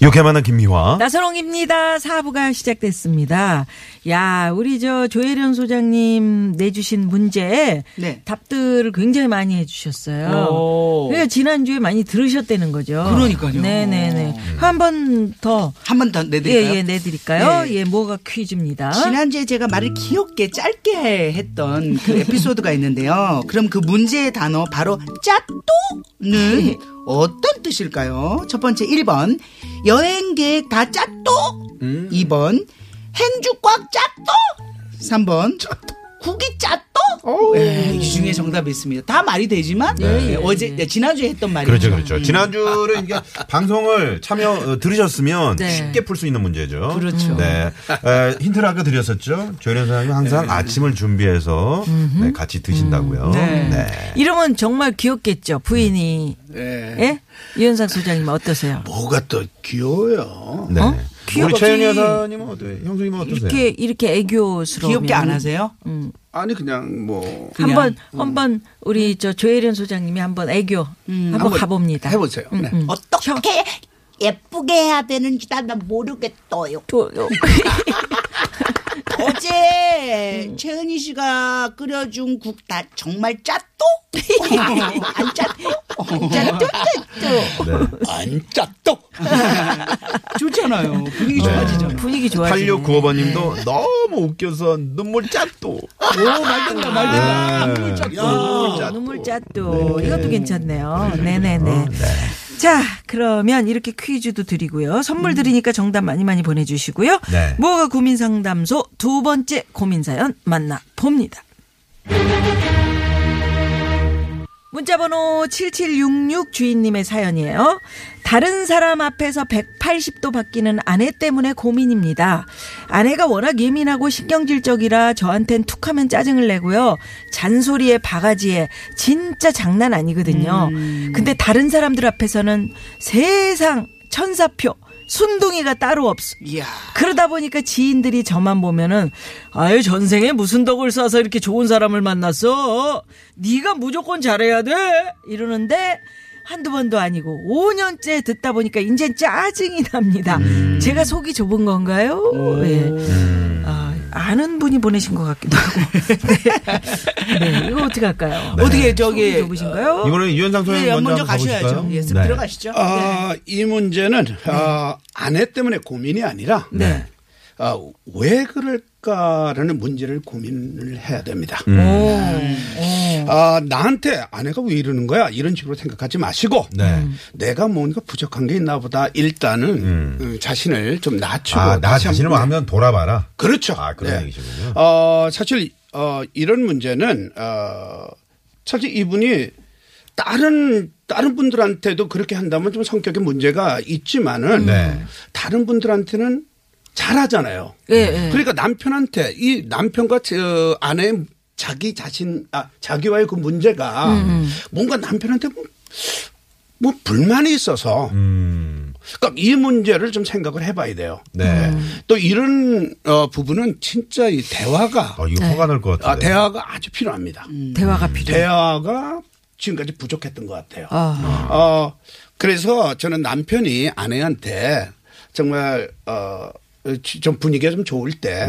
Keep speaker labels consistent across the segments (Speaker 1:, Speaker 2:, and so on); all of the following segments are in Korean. Speaker 1: 이렇게 만난
Speaker 2: 어?
Speaker 1: 김미화.
Speaker 3: 나선홍입니다. 사부가 시작됐습니다. 야, 우리 저 조혜련 소장님 내주신 문제
Speaker 2: 네.
Speaker 3: 답들을 굉장히 많이 해주셨어요.
Speaker 2: 오.
Speaker 3: 그러니까 지난주에 많이 들으셨다는 거죠.
Speaker 2: 그러니까요.
Speaker 3: 네네네. 한 번 더.
Speaker 2: 한 번 더
Speaker 3: 예,
Speaker 2: 내드릴까요?
Speaker 3: 예, 내드릴까요?
Speaker 2: 네.
Speaker 3: 예, 뭐가 퀴즈입니다.
Speaker 2: 지난주에 제가 말을 귀엽게 짧게 했던 그 에피소드가 있는데요. 그럼 그 문제의 단어 바로 짭또는 어떤 뜻일까요? 첫 번째 1번 여행 계획 다 짭또 2번 행주 꽉 짭또 3번 국이 짭또 예, 이 중에 정답이 있습니다. 다 말이 되지만 예, 어제 예, 지난주에 했던 말이죠. 음.
Speaker 1: 그렇죠, 그렇죠. 지난주를 이게 방송을 참여 어, 들으셨으면
Speaker 3: 네.
Speaker 1: 쉽게 풀 수 있는 문제죠.
Speaker 2: 그렇죠.
Speaker 1: 네. 에, 힌트를 아까 드렸었죠. 조련 선생님 항상
Speaker 2: 네.
Speaker 1: 아침을 준비해서 네, 같이 드신다고요.
Speaker 2: 음.
Speaker 1: 네.
Speaker 3: 이러면 정말 귀엽겠죠. 부인이. 예? 유현상 소장님 어떠세요?
Speaker 4: 뭐가 또 귀여워요.
Speaker 1: 네.
Speaker 3: 어?
Speaker 1: 우리
Speaker 3: 귀엽지.
Speaker 1: 최윤희 여사님은 어때요? 형수님은 어떠세요?
Speaker 3: 이렇게, 이렇게 애교스러워.
Speaker 2: 귀엽게 안 하세요?
Speaker 4: 아니 그냥 뭐
Speaker 2: 그냥.
Speaker 3: 한번 한번 우리 저 조혜련 소장님이 한번 애교 한번
Speaker 4: 한번
Speaker 3: 가봅니다.
Speaker 4: 해보세요.
Speaker 2: 음,
Speaker 4: 네.
Speaker 5: 어떻게 예쁘게 해야 되는지 난 모르겠어요.
Speaker 3: 조- 어,
Speaker 2: 어제
Speaker 5: 채은이 씨가 끓여준 국 다 정말 짰또? 안 짰또? 안 짰또? 짰또?
Speaker 1: 네.
Speaker 4: 안 짰다.
Speaker 2: 좋잖아요. 분위기 좋아지잖아요.
Speaker 3: 분위기 좋아지네.
Speaker 1: 8695번 님도 네. 너무 웃겨서 눈물 짠또.
Speaker 2: 오, 말 된다, 말 된다.
Speaker 1: 눈물
Speaker 3: 어, 눈물 잣도 이것도 괜찮네요. 네네네. 자 그러면 이렇게 퀴즈도 드리고요. 선물 드리니까 정답 많이 많이 보내주시고요.
Speaker 1: 네.
Speaker 3: 뭐가 고민 상담소 두 번째 고민 사연 만나 봅니다. 문자번호 7766 주인님의 사연이에요. 다른 사람 앞에서 180도 바뀌는 아내 때문에 고민입니다. 아내가 워낙 예민하고 신경질적이라 저한텐 툭 하면 짜증을 내고요. 잔소리에 바가지에 진짜 장난 아니거든요. 근데 다른 사람들 앞에서는 세상 천사표 순둥이가 따로 없어.
Speaker 2: 이야.
Speaker 3: 그러다 보니까 지인들이 저만 보면은 아유 전생에 무슨 덕을 쌓아서 이렇게 좋은 사람을 만났어 네가 무조건 잘해야 돼 이러는데 한두 번도 아니고 5년째 듣다 보니까 이제 짜증이 납니다 제가 속이 좁은 건가요 예. 아, 아는 분이 보내신 것 같기도 하고 네, 네, 이거 어떻게 할까요
Speaker 2: 어떻게 저기
Speaker 3: 속이 좁으신가요
Speaker 1: 이거는 유현상 소장님
Speaker 2: 네,
Speaker 1: 먼저,
Speaker 2: 먼저
Speaker 1: 한번
Speaker 2: 가셔야죠.
Speaker 1: 가보실까요?
Speaker 2: 예,
Speaker 1: 네.
Speaker 2: 들어가시죠.
Speaker 4: 아, 이 문제는 아, 아내 때문에 고민이 아니라
Speaker 3: 네.
Speaker 4: 아, 왜 그럴까라는 문제를 고민을 해야 됩니다. 아, 나한테 아내가 왜 이러는 거야? 이런 식으로 생각하지 마시고
Speaker 1: 네.
Speaker 2: 음.
Speaker 4: 내가 뭔가 부족한 게 있나 보다. 일단은 음, 자신을 좀 낮추고
Speaker 1: 아, 나
Speaker 4: 다시
Speaker 1: 자신을
Speaker 4: 한번
Speaker 1: 한번 돌아봐라.
Speaker 4: 그렇죠.
Speaker 1: 아, 그런 얘기시군요.
Speaker 4: 어, 사실 어, 이런 문제는 어, 사실 이분이 다른 다른 분들한테도 그렇게 한다면 좀 성격에 문제가 있지만은
Speaker 1: 네.
Speaker 4: 다른 분들한테는 잘하잖아요.
Speaker 3: 예, 예.
Speaker 4: 그러니까 남편한테 이 남편과 저 아내의 자기 자신 아 자기와의 그 문제가
Speaker 3: 음.
Speaker 4: 뭔가 남편한테 뭐, 뭐 불만이 있어서
Speaker 1: 음.
Speaker 4: 그러니까 이 문제를 좀 생각을 해봐야 돼요.
Speaker 1: 네.
Speaker 3: 음.
Speaker 4: 또 이런 어, 부분은 진짜 이 대화가
Speaker 1: 아,
Speaker 2: 네.
Speaker 1: 이거 화가 날 것
Speaker 4: 아,
Speaker 1: 같은데.
Speaker 4: 대화가 아주 필요합니다.
Speaker 3: 대화가 필요
Speaker 4: 대화가 지금까지 부족했던 것 같아요.
Speaker 3: 네. 아,
Speaker 4: 어, 그래서 저는 남편이 아내한테 정말 어, 지- 좀 분위기가 좀 좋을 때,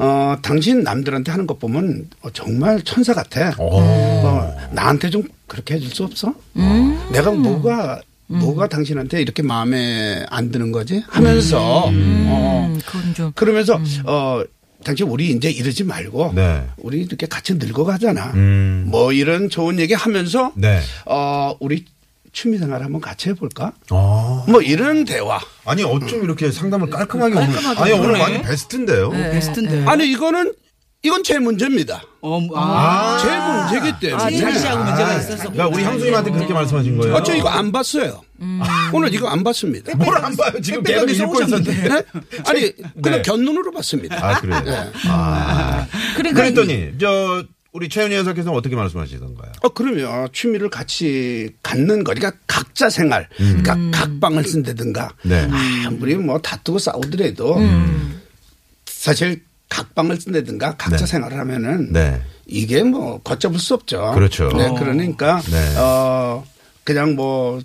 Speaker 4: 어, 당신 남들한테 하는 것 보면 어, 정말 천사 같아. 어, 나한테 좀 그렇게 해줄 수 없어?
Speaker 3: 음.
Speaker 4: 내가 뭐가, 뭐가 당신한테 이렇게 마음에 안 드는 거지? 하면서, 어,
Speaker 3: 음, 그건 좀
Speaker 4: 그러면서, 어, 당신 우리 이제 이러지 말고,
Speaker 1: 네.
Speaker 4: 우리 이렇게 같이 늙어가잖아.
Speaker 1: 음.
Speaker 4: 뭐 이런 좋은 얘기 하면서,
Speaker 1: 네.
Speaker 4: 어, 우리 취미생활 한번 같이 해볼까?
Speaker 1: 아.
Speaker 4: 뭐 이런 대화.
Speaker 1: 아니 어쩜 이렇게 상담을 깔끔하게 오늘 아니 오늘 많이 베스트인데요.
Speaker 2: 베스트인데.
Speaker 4: 아니 네. 이거는 이건 제 문제입니다.
Speaker 2: 어, 아.
Speaker 4: 제 문제기 때문에.
Speaker 2: 제일 씨하고
Speaker 4: 아,
Speaker 2: 문제가 있었어.
Speaker 1: 그러니까 우리 형수님한테 그렇게 말씀하신 거예요.
Speaker 4: 어, 저 이거 안 봤어요. 오늘 이거 안 봤습니다.
Speaker 1: 뭘 안 봐요? 음. 지금 계속
Speaker 4: 빽빽하게
Speaker 1: 읽고
Speaker 4: 써오셨는데.
Speaker 1: 있었는데.
Speaker 4: 네? 아니, 그냥
Speaker 1: 네.
Speaker 4: 견눈으로 봤습니다.
Speaker 1: 아 그래요. 아.
Speaker 3: 그러니까
Speaker 1: 그랬더니 저 우리 최윤희 여사께서는 어떻게 말씀하시던가요?
Speaker 4: 어, 그러면 취미를 같이 갖는 거니까 그러니까 각자 생활, 그러니까 각방을 쓴다든가
Speaker 1: 네.
Speaker 4: 아무리 뭐 다투고 싸우더라도 사실 각방을 쓴다든가 각자
Speaker 1: 네.
Speaker 4: 생활을 하면은
Speaker 1: 네.
Speaker 4: 이게 뭐 걷잡을 수 없죠.
Speaker 1: 그렇죠.
Speaker 4: 네, 그러니까
Speaker 1: 네.
Speaker 4: 어 그냥 뭐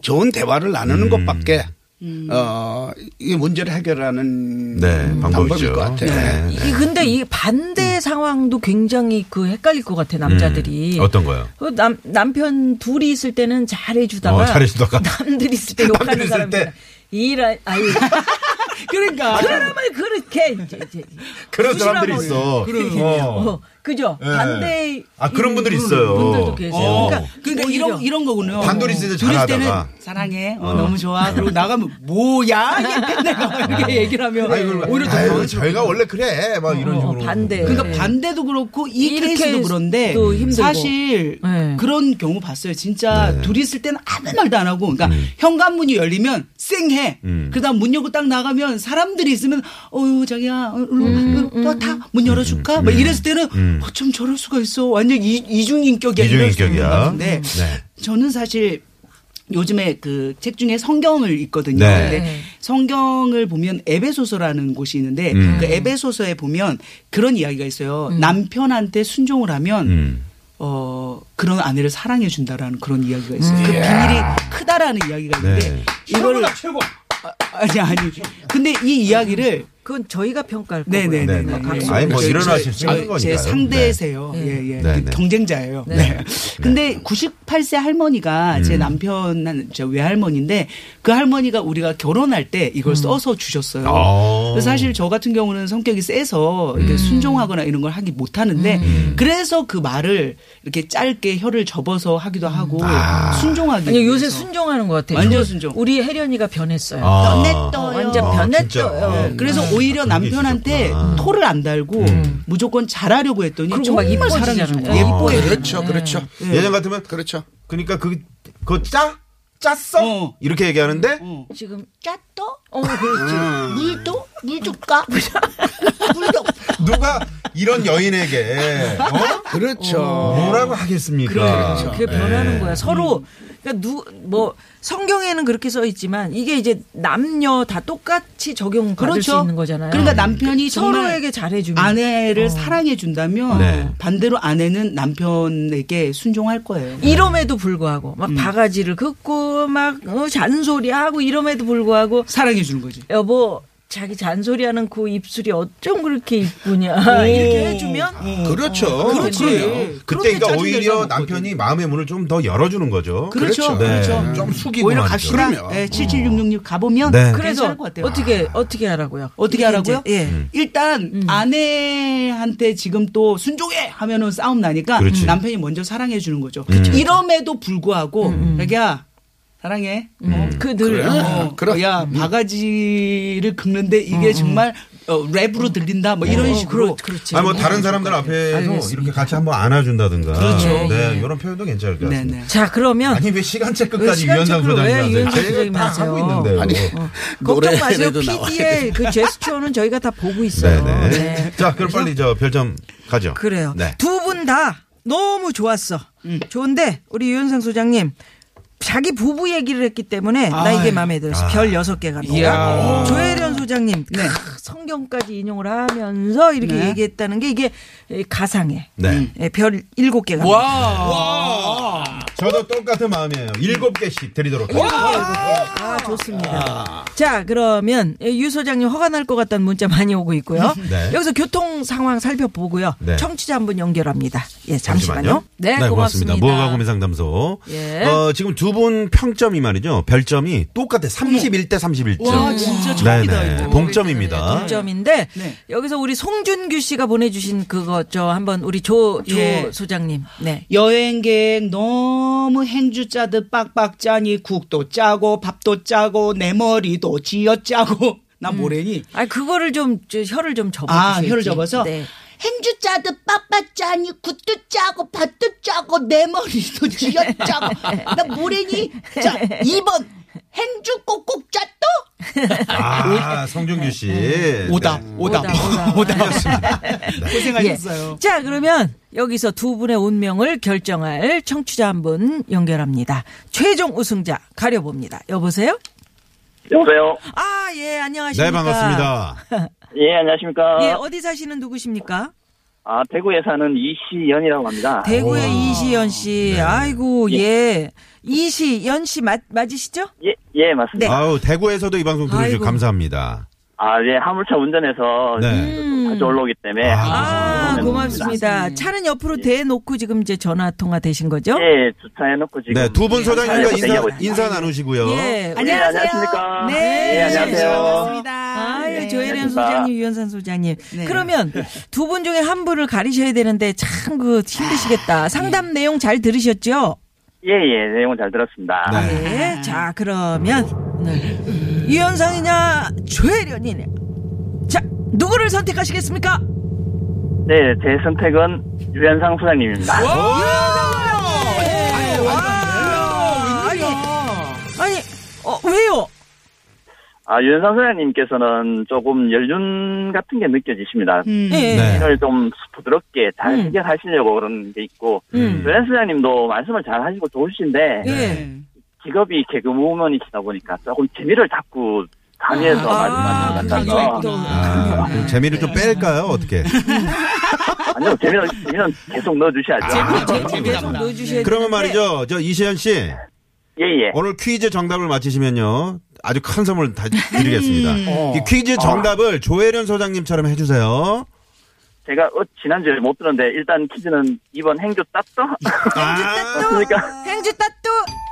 Speaker 4: 좋은 대화를 나누는
Speaker 1: 음.
Speaker 4: 것밖에 어이 문제를 해결하는
Speaker 1: 네,
Speaker 4: 방법일
Speaker 1: 방법이죠.
Speaker 4: 것 같아요.
Speaker 1: 네.
Speaker 3: 이 근데 이 반대 상황도 굉장히 그 헷갈릴 것 같아 남자들이.
Speaker 1: 음, 어떤 거요?
Speaker 3: 그 남, 남편 둘이 있을 때는 잘해주다가.
Speaker 1: 어, 잘해주다가.
Speaker 3: 남들 있을 때 욕하는
Speaker 1: 남들 있을
Speaker 3: 사람.
Speaker 1: 때.
Speaker 3: 일할, 아유. 그러니까. 사람을 그렇게. 이제, 이제
Speaker 1: 그런 사람들이
Speaker 3: 부실하고
Speaker 1: 있어.
Speaker 3: 그러게.
Speaker 1: 어.
Speaker 3: 어, 그죠?
Speaker 1: 예.
Speaker 3: 반대.
Speaker 1: 아, 그런 분들
Speaker 3: 음,
Speaker 1: 있어요.
Speaker 3: 분들도 계세요.
Speaker 1: 어.
Speaker 3: 그러니까,
Speaker 2: 그러니까
Speaker 3: 오히려
Speaker 2: 이런 이런 거군요.
Speaker 1: 단둘이 있을 때
Speaker 2: 둘이 있을 때는
Speaker 1: 잘하다가.
Speaker 2: 사랑해. 어, 너무 좋아. 그리고 나가면 뭐야? 이렇게 내가
Speaker 1: 네. 아.
Speaker 2: 이렇게 얘기를 하면 오히려 더
Speaker 1: 아유, 저희가 원래 그래. 막 이런
Speaker 3: 어,
Speaker 1: 식으로.
Speaker 3: 반대.
Speaker 2: 그러니까
Speaker 3: 네.
Speaker 2: 반대도 그렇고 이
Speaker 3: 이렇게
Speaker 2: 케이스도 그런데
Speaker 3: 또 힘들고.
Speaker 2: 사실
Speaker 3: 네.
Speaker 2: 그런 경우 봤어요. 진짜
Speaker 1: 네.
Speaker 2: 둘이 있을 때는 아무 말도 안 하고 그러니까
Speaker 1: 음.
Speaker 2: 현관문이 열리면 쌩해. 그러다 문 열고 딱 나가면 사람들이 있으면 어유 자기야
Speaker 3: 음,
Speaker 2: 또다문 열어줄까? 막 이랬을 때는 어쩜 저럴 수가 있어. 완전 이, 이중인격이야. 음. 음. 이럴 수도 있는
Speaker 1: 이중인격이야.
Speaker 2: 것 같은데
Speaker 1: 네.
Speaker 2: 저는 사실 요즘에 그 책 중에 성경을 읽거든요.
Speaker 1: 네.
Speaker 2: 근데 성경을 보면 에베소서라는 곳이 있는데 그 에베소서에 보면 그런 이야기가 있어요. 남편한테 순종을 하면
Speaker 1: 음.
Speaker 2: 어 그런 아내를 사랑해 준다라는 그런 이야기가 있어요. 그 비밀이 크다라는 이야기가 있는데
Speaker 1: 네.
Speaker 2: 이걸 최고. 아니 아니. 근데 이 이야기를
Speaker 3: 그건 저희가 평가할 거고요.
Speaker 2: 어,
Speaker 1: 네,
Speaker 2: 네네네.
Speaker 1: 네. 아니, 뭐
Speaker 2: 제-
Speaker 1: 일어나실 수
Speaker 2: 제-
Speaker 1: 있는
Speaker 2: 제
Speaker 1: 거니까요.
Speaker 2: 상대세요.
Speaker 3: 네.
Speaker 2: 예, 예.
Speaker 1: 네,
Speaker 2: 그
Speaker 1: 네.
Speaker 2: 경쟁자예요.
Speaker 3: 네.
Speaker 2: 네. 음. 근데 98세 할머니가 제 남편한 제 외할머니인데 그 할머니가 우리가 결혼할 때 이걸 써서 주셨어요.
Speaker 1: 아.
Speaker 2: 그래서 사실 저 같은 경우는 성격이 세서 이렇게
Speaker 1: 음.
Speaker 2: 순종하거나 이런 걸 하기 못 하는데 그래서 그 말을 이렇게 짧게 혀를 접어서 하기도
Speaker 1: 음.
Speaker 2: 하고
Speaker 1: 아.
Speaker 2: 순종하기.
Speaker 3: 아니 요새
Speaker 2: 위해서.
Speaker 3: 순종하는 것 같아요.
Speaker 2: 완전 순정.
Speaker 3: 우리 혜련이가 변했어요.
Speaker 1: 아.
Speaker 3: 어, 완전
Speaker 1: 아,
Speaker 3: 변했어요.
Speaker 1: 진짜.
Speaker 3: 예.
Speaker 1: 아,
Speaker 3: 그래
Speaker 2: 그래서 오히려
Speaker 1: 그런 게
Speaker 2: 남편한테
Speaker 1: 있었구나. 음.
Speaker 2: 토를 안 달고 무조건 잘하려고 했더니
Speaker 3: 그리고 막
Speaker 2: 정말
Speaker 3: 이뻐지잖아요.
Speaker 2: 사랑해주고
Speaker 3: 어.
Speaker 2: 예뻐해.
Speaker 4: 그렇죠, 그렇죠.
Speaker 1: 예전 같으면
Speaker 4: 그렇죠.
Speaker 1: 그러니까 그 그거 짜 짰어
Speaker 2: 어.
Speaker 1: 이렇게 얘기하는데
Speaker 3: 지금
Speaker 5: 짰또?
Speaker 3: 어 그렇지.
Speaker 2: 음.
Speaker 5: 물도? 물 줄까? 물도
Speaker 1: 누가 이런 여인에게 어?
Speaker 4: 그렇죠.
Speaker 1: 뭐라고 하겠습니까?
Speaker 2: 아,
Speaker 1: 네.
Speaker 4: 그렇죠.
Speaker 3: 그게
Speaker 2: 네.
Speaker 3: 변하는 거야. 서로
Speaker 2: 음.
Speaker 3: 그러니까 누 뭐 성경에는 그렇게 써 있지만 이게 이제 남녀 다 똑같이 적용 받을 수 있는 거잖아요.
Speaker 2: 그러니까
Speaker 1: 음.
Speaker 2: 남편이 정말
Speaker 3: 서로에게 잘해주면
Speaker 2: 아내를 사랑해 준다면
Speaker 1: 어. 네.
Speaker 2: 반대로 아내는 남편에게 순종할 거예요.
Speaker 3: 이럼에도 불구하고 막
Speaker 2: 음.
Speaker 3: 바가지를 긋고 막 어, 잔소리하고 이럼에도 불구하고
Speaker 2: 사랑해 주는 거지.
Speaker 3: 여보 자기 잔소리하는 그 입술이 어쩜 그렇게 이쁘냐 이렇게
Speaker 2: 아.
Speaker 3: 해주면
Speaker 4: 그렇죠.
Speaker 3: 그렇지.
Speaker 4: 그렇군요.
Speaker 1: 그때 그러니까
Speaker 2: 그렇게
Speaker 1: 오히려
Speaker 2: 짜증 내지
Speaker 1: 남편이 마음의 문을 좀 더 열어주는 거죠.
Speaker 2: 그렇죠.
Speaker 1: 네.
Speaker 2: 그렇죠.
Speaker 1: 좀 숙이고
Speaker 2: 오히려
Speaker 1: 말이죠. 어.
Speaker 2: 갑시다.
Speaker 4: 그럼요.
Speaker 2: 예, 77666 가보면
Speaker 1: 네.
Speaker 3: 그래서
Speaker 2: 괜찮을 것 같아요.
Speaker 3: 어떻게 어떻게 하라고요?
Speaker 2: 어떻게 하라고요? 음.
Speaker 3: 이제, 예.
Speaker 2: 일단 아내한테 지금 또 순종해 하면은 싸움 나니까
Speaker 1: 그렇지.
Speaker 2: 남편이 먼저 사랑해 주는 거죠. 그렇죠. 음, 이럼에도 불구하고 자기야 사랑해. 어,
Speaker 3: 음. 그늘
Speaker 2: 어,
Speaker 4: 그래.
Speaker 2: 야 바가지를 긁는데 이게 정말 어, 랩으로 들린다 뭐 이런 식으로
Speaker 3: 그렇지.
Speaker 1: 아니 뭐 다른 사람들 앞에서 이렇게 같이 한번 안아준다든가.
Speaker 3: 그렇죠.
Speaker 1: 네, 이런 표현도 괜찮을 것 같습니다.
Speaker 2: 네네.
Speaker 3: 자 그러면
Speaker 1: 아니 왜 시간제
Speaker 3: 왜
Speaker 1: 끝까지
Speaker 3: 시간
Speaker 1: 위원장
Speaker 3: 체크를 왜
Speaker 1: 부장님
Speaker 3: 위원장
Speaker 1: 하세요?
Speaker 3: 부장님
Speaker 1: 다
Speaker 3: 하세요?
Speaker 1: 하고 있는데요.
Speaker 4: 아니,
Speaker 3: 어, 걱정 마세요.
Speaker 4: 노래에도 나와야
Speaker 3: PD의 그 제스처는 저희가 다 보고 있어요.
Speaker 1: 네네.
Speaker 3: 네.
Speaker 1: 자, 그럼 빨리 저 별점 가죠.
Speaker 3: 그래요.
Speaker 1: 네.
Speaker 3: 두 분 다 너무 좋았어.
Speaker 2: 음.
Speaker 3: 좋은데 우리 유현상 소장님 자기 부부 얘기를 했기 때문에
Speaker 2: 아,
Speaker 3: 나
Speaker 2: 예.
Speaker 3: 이게 마음에 들었어.
Speaker 1: 아.
Speaker 3: 별 여섯 개가 넘어. 조혜련 소장님
Speaker 2: 네.
Speaker 3: 크, 성경까지 인용을 하면서 이렇게 얘기했다는 게 이게 가상해.
Speaker 1: 네.
Speaker 3: 예, 별 일곱 개가. 넘어요.
Speaker 1: 저도 똑같은 마음이에요. 일곱 개씩 드리도록 하겠습니다.
Speaker 3: 아 좋습니다. 자 그러면 유 소장님 허가 날 것 같다는 문자 많이 오고 있고요.
Speaker 1: 네.
Speaker 3: 여기서 교통 상황 살펴보고요.
Speaker 1: 네.
Speaker 3: 청취자 한 분 연결합니다. 예 잠시만요. 네, 고맙습니다.
Speaker 1: 뭐 무허가 고민 상담소.
Speaker 3: 예.
Speaker 1: 어, 지금 두 분 평점이 말이죠. 별점이 똑같아. 31대 31점. 네,
Speaker 2: 와, 진짜 처음이다, 이거.
Speaker 1: 동점입니다.
Speaker 3: 점인데
Speaker 2: 네.
Speaker 3: 네, 여기서 우리 송준규 씨가 보내주신 그거 저 한번 우리 조조
Speaker 2: 예.
Speaker 3: 소장님 네
Speaker 2: 여행 계획 너무 행주 짜듯 빡빡 짜니 국도 짜고 밥도 짜고 내 머리도 쥐어 짜고 나 뭐래니?
Speaker 3: 아, 그거를 좀, 저 혀를 좀 접어.
Speaker 2: 아 혀를 접어서
Speaker 5: 행주 짜듯 빠빠 짜니 굿도 짜고 밭도 짜고 내 머리도 쥐어 짜고 나 뭐래니 자 2번 행주 꼭꼭 짜또
Speaker 1: 아, 성준규 씨.
Speaker 6: 오답,
Speaker 1: 네.
Speaker 6: 오답,
Speaker 3: 오답,
Speaker 6: 오답.
Speaker 2: 고생하셨어요.
Speaker 3: 예. 자, 그러면 여기서 두 분의 운명을 결정할 청취자 한 분 연결합니다. 최종 우승자 가려봅니다. 여보세요?
Speaker 7: 여보세요.
Speaker 3: 아, 예, 안녕하십니까.
Speaker 1: 네, 반갑습니다.
Speaker 7: 예, 안녕하십니까.
Speaker 3: 예, 어디 사시는 누구십니까?
Speaker 7: 아, 대구에 사는 이시연이라고 합니다.
Speaker 3: 대구의 이시연 씨.
Speaker 1: 네.
Speaker 3: 아이고, 예. 이시연 씨 맞, 맞으시죠?
Speaker 7: 예, 예, 맞습니다.
Speaker 1: 아우, 대구에서도 이 방송 들어주셔서
Speaker 3: 네. 아이고.
Speaker 1: 감사합니다.
Speaker 7: 아, 예, 화물차 운전해서
Speaker 1: 네.
Speaker 7: 다시 올라오기 때문에.
Speaker 1: 아,
Speaker 3: 음. 아,
Speaker 7: 네,
Speaker 3: 고맙습니다. 차는 옆으로 대놓고 지금 이제 전화 통화 되신 거죠?
Speaker 7: 예, 주차해놓고 지금.
Speaker 1: 네, 두 분 소장님과
Speaker 7: 예,
Speaker 1: 인사,
Speaker 7: 대기하고 있습니다.
Speaker 1: 인사 나누시고요. 네.
Speaker 3: 예.
Speaker 7: 예, 안녕하십니까.
Speaker 3: 네.
Speaker 7: 예, 안녕하세요.
Speaker 3: 아유,
Speaker 2: 네.
Speaker 3: 조혜련
Speaker 7: 반갑습니다.
Speaker 3: 소장님, 유현산 소장님.
Speaker 2: 네.
Speaker 3: 그러면 두 분 중에 한 분을 가리셔야 되는데 참 그 힘드시겠다. 상담 내용 잘 들으셨죠?
Speaker 7: 예, 예, 내용은 잘 들었습니다.
Speaker 1: 네.
Speaker 3: 네. 자, 그러면 오늘 유현상이냐, 조혜련이냐. 자, 누구를 선택하시겠습니까?
Speaker 7: 네, 제 선택은 유현상 소장님입니다.
Speaker 3: 어? 와! 아니, 아니, 어, 왜요?
Speaker 7: 아, 유현상 소장님께서는 조금 연륜 같은 게 느껴지십니다.
Speaker 3: 예.
Speaker 1: 네.
Speaker 7: 일을 좀 부드럽게 잘
Speaker 3: 음.
Speaker 7: 해결하시려고 그런 게 있고,
Speaker 3: 음.
Speaker 7: 유현상 소장님도 말씀을 잘 하시고 좋으신데,
Speaker 3: 예.
Speaker 7: 직업이 개그우먼이시다 보니까 조금 재미를 자꾸 가미해서
Speaker 3: 아,
Speaker 7: 말씀하시는 것
Speaker 3: 그게
Speaker 7: 같아서
Speaker 3: 또
Speaker 1: 아, 그럼 재미를 좀 뺄까요? 어떻게?
Speaker 7: 아니요 재미는 재미는 계속
Speaker 3: 아,
Speaker 7: 넣어주셔야죠
Speaker 3: 계속 넣어주셔야
Speaker 1: 그러면
Speaker 3: 되는데. 네.
Speaker 1: 말이죠. 저 이시현 씨.
Speaker 7: 예예
Speaker 1: 오늘 퀴즈 정답을 맞히시면요. 아주 큰 선물 다 드리겠습니다.
Speaker 3: 음.
Speaker 1: 이 퀴즈 정답을 조혜련 소장님처럼 해주세요.
Speaker 7: 제가 어, 지난주에 못 들었는데 일단 퀴즈는 이번 행주 땄어
Speaker 1: 아,
Speaker 7: 그러니까
Speaker 3: 행주 따뚜.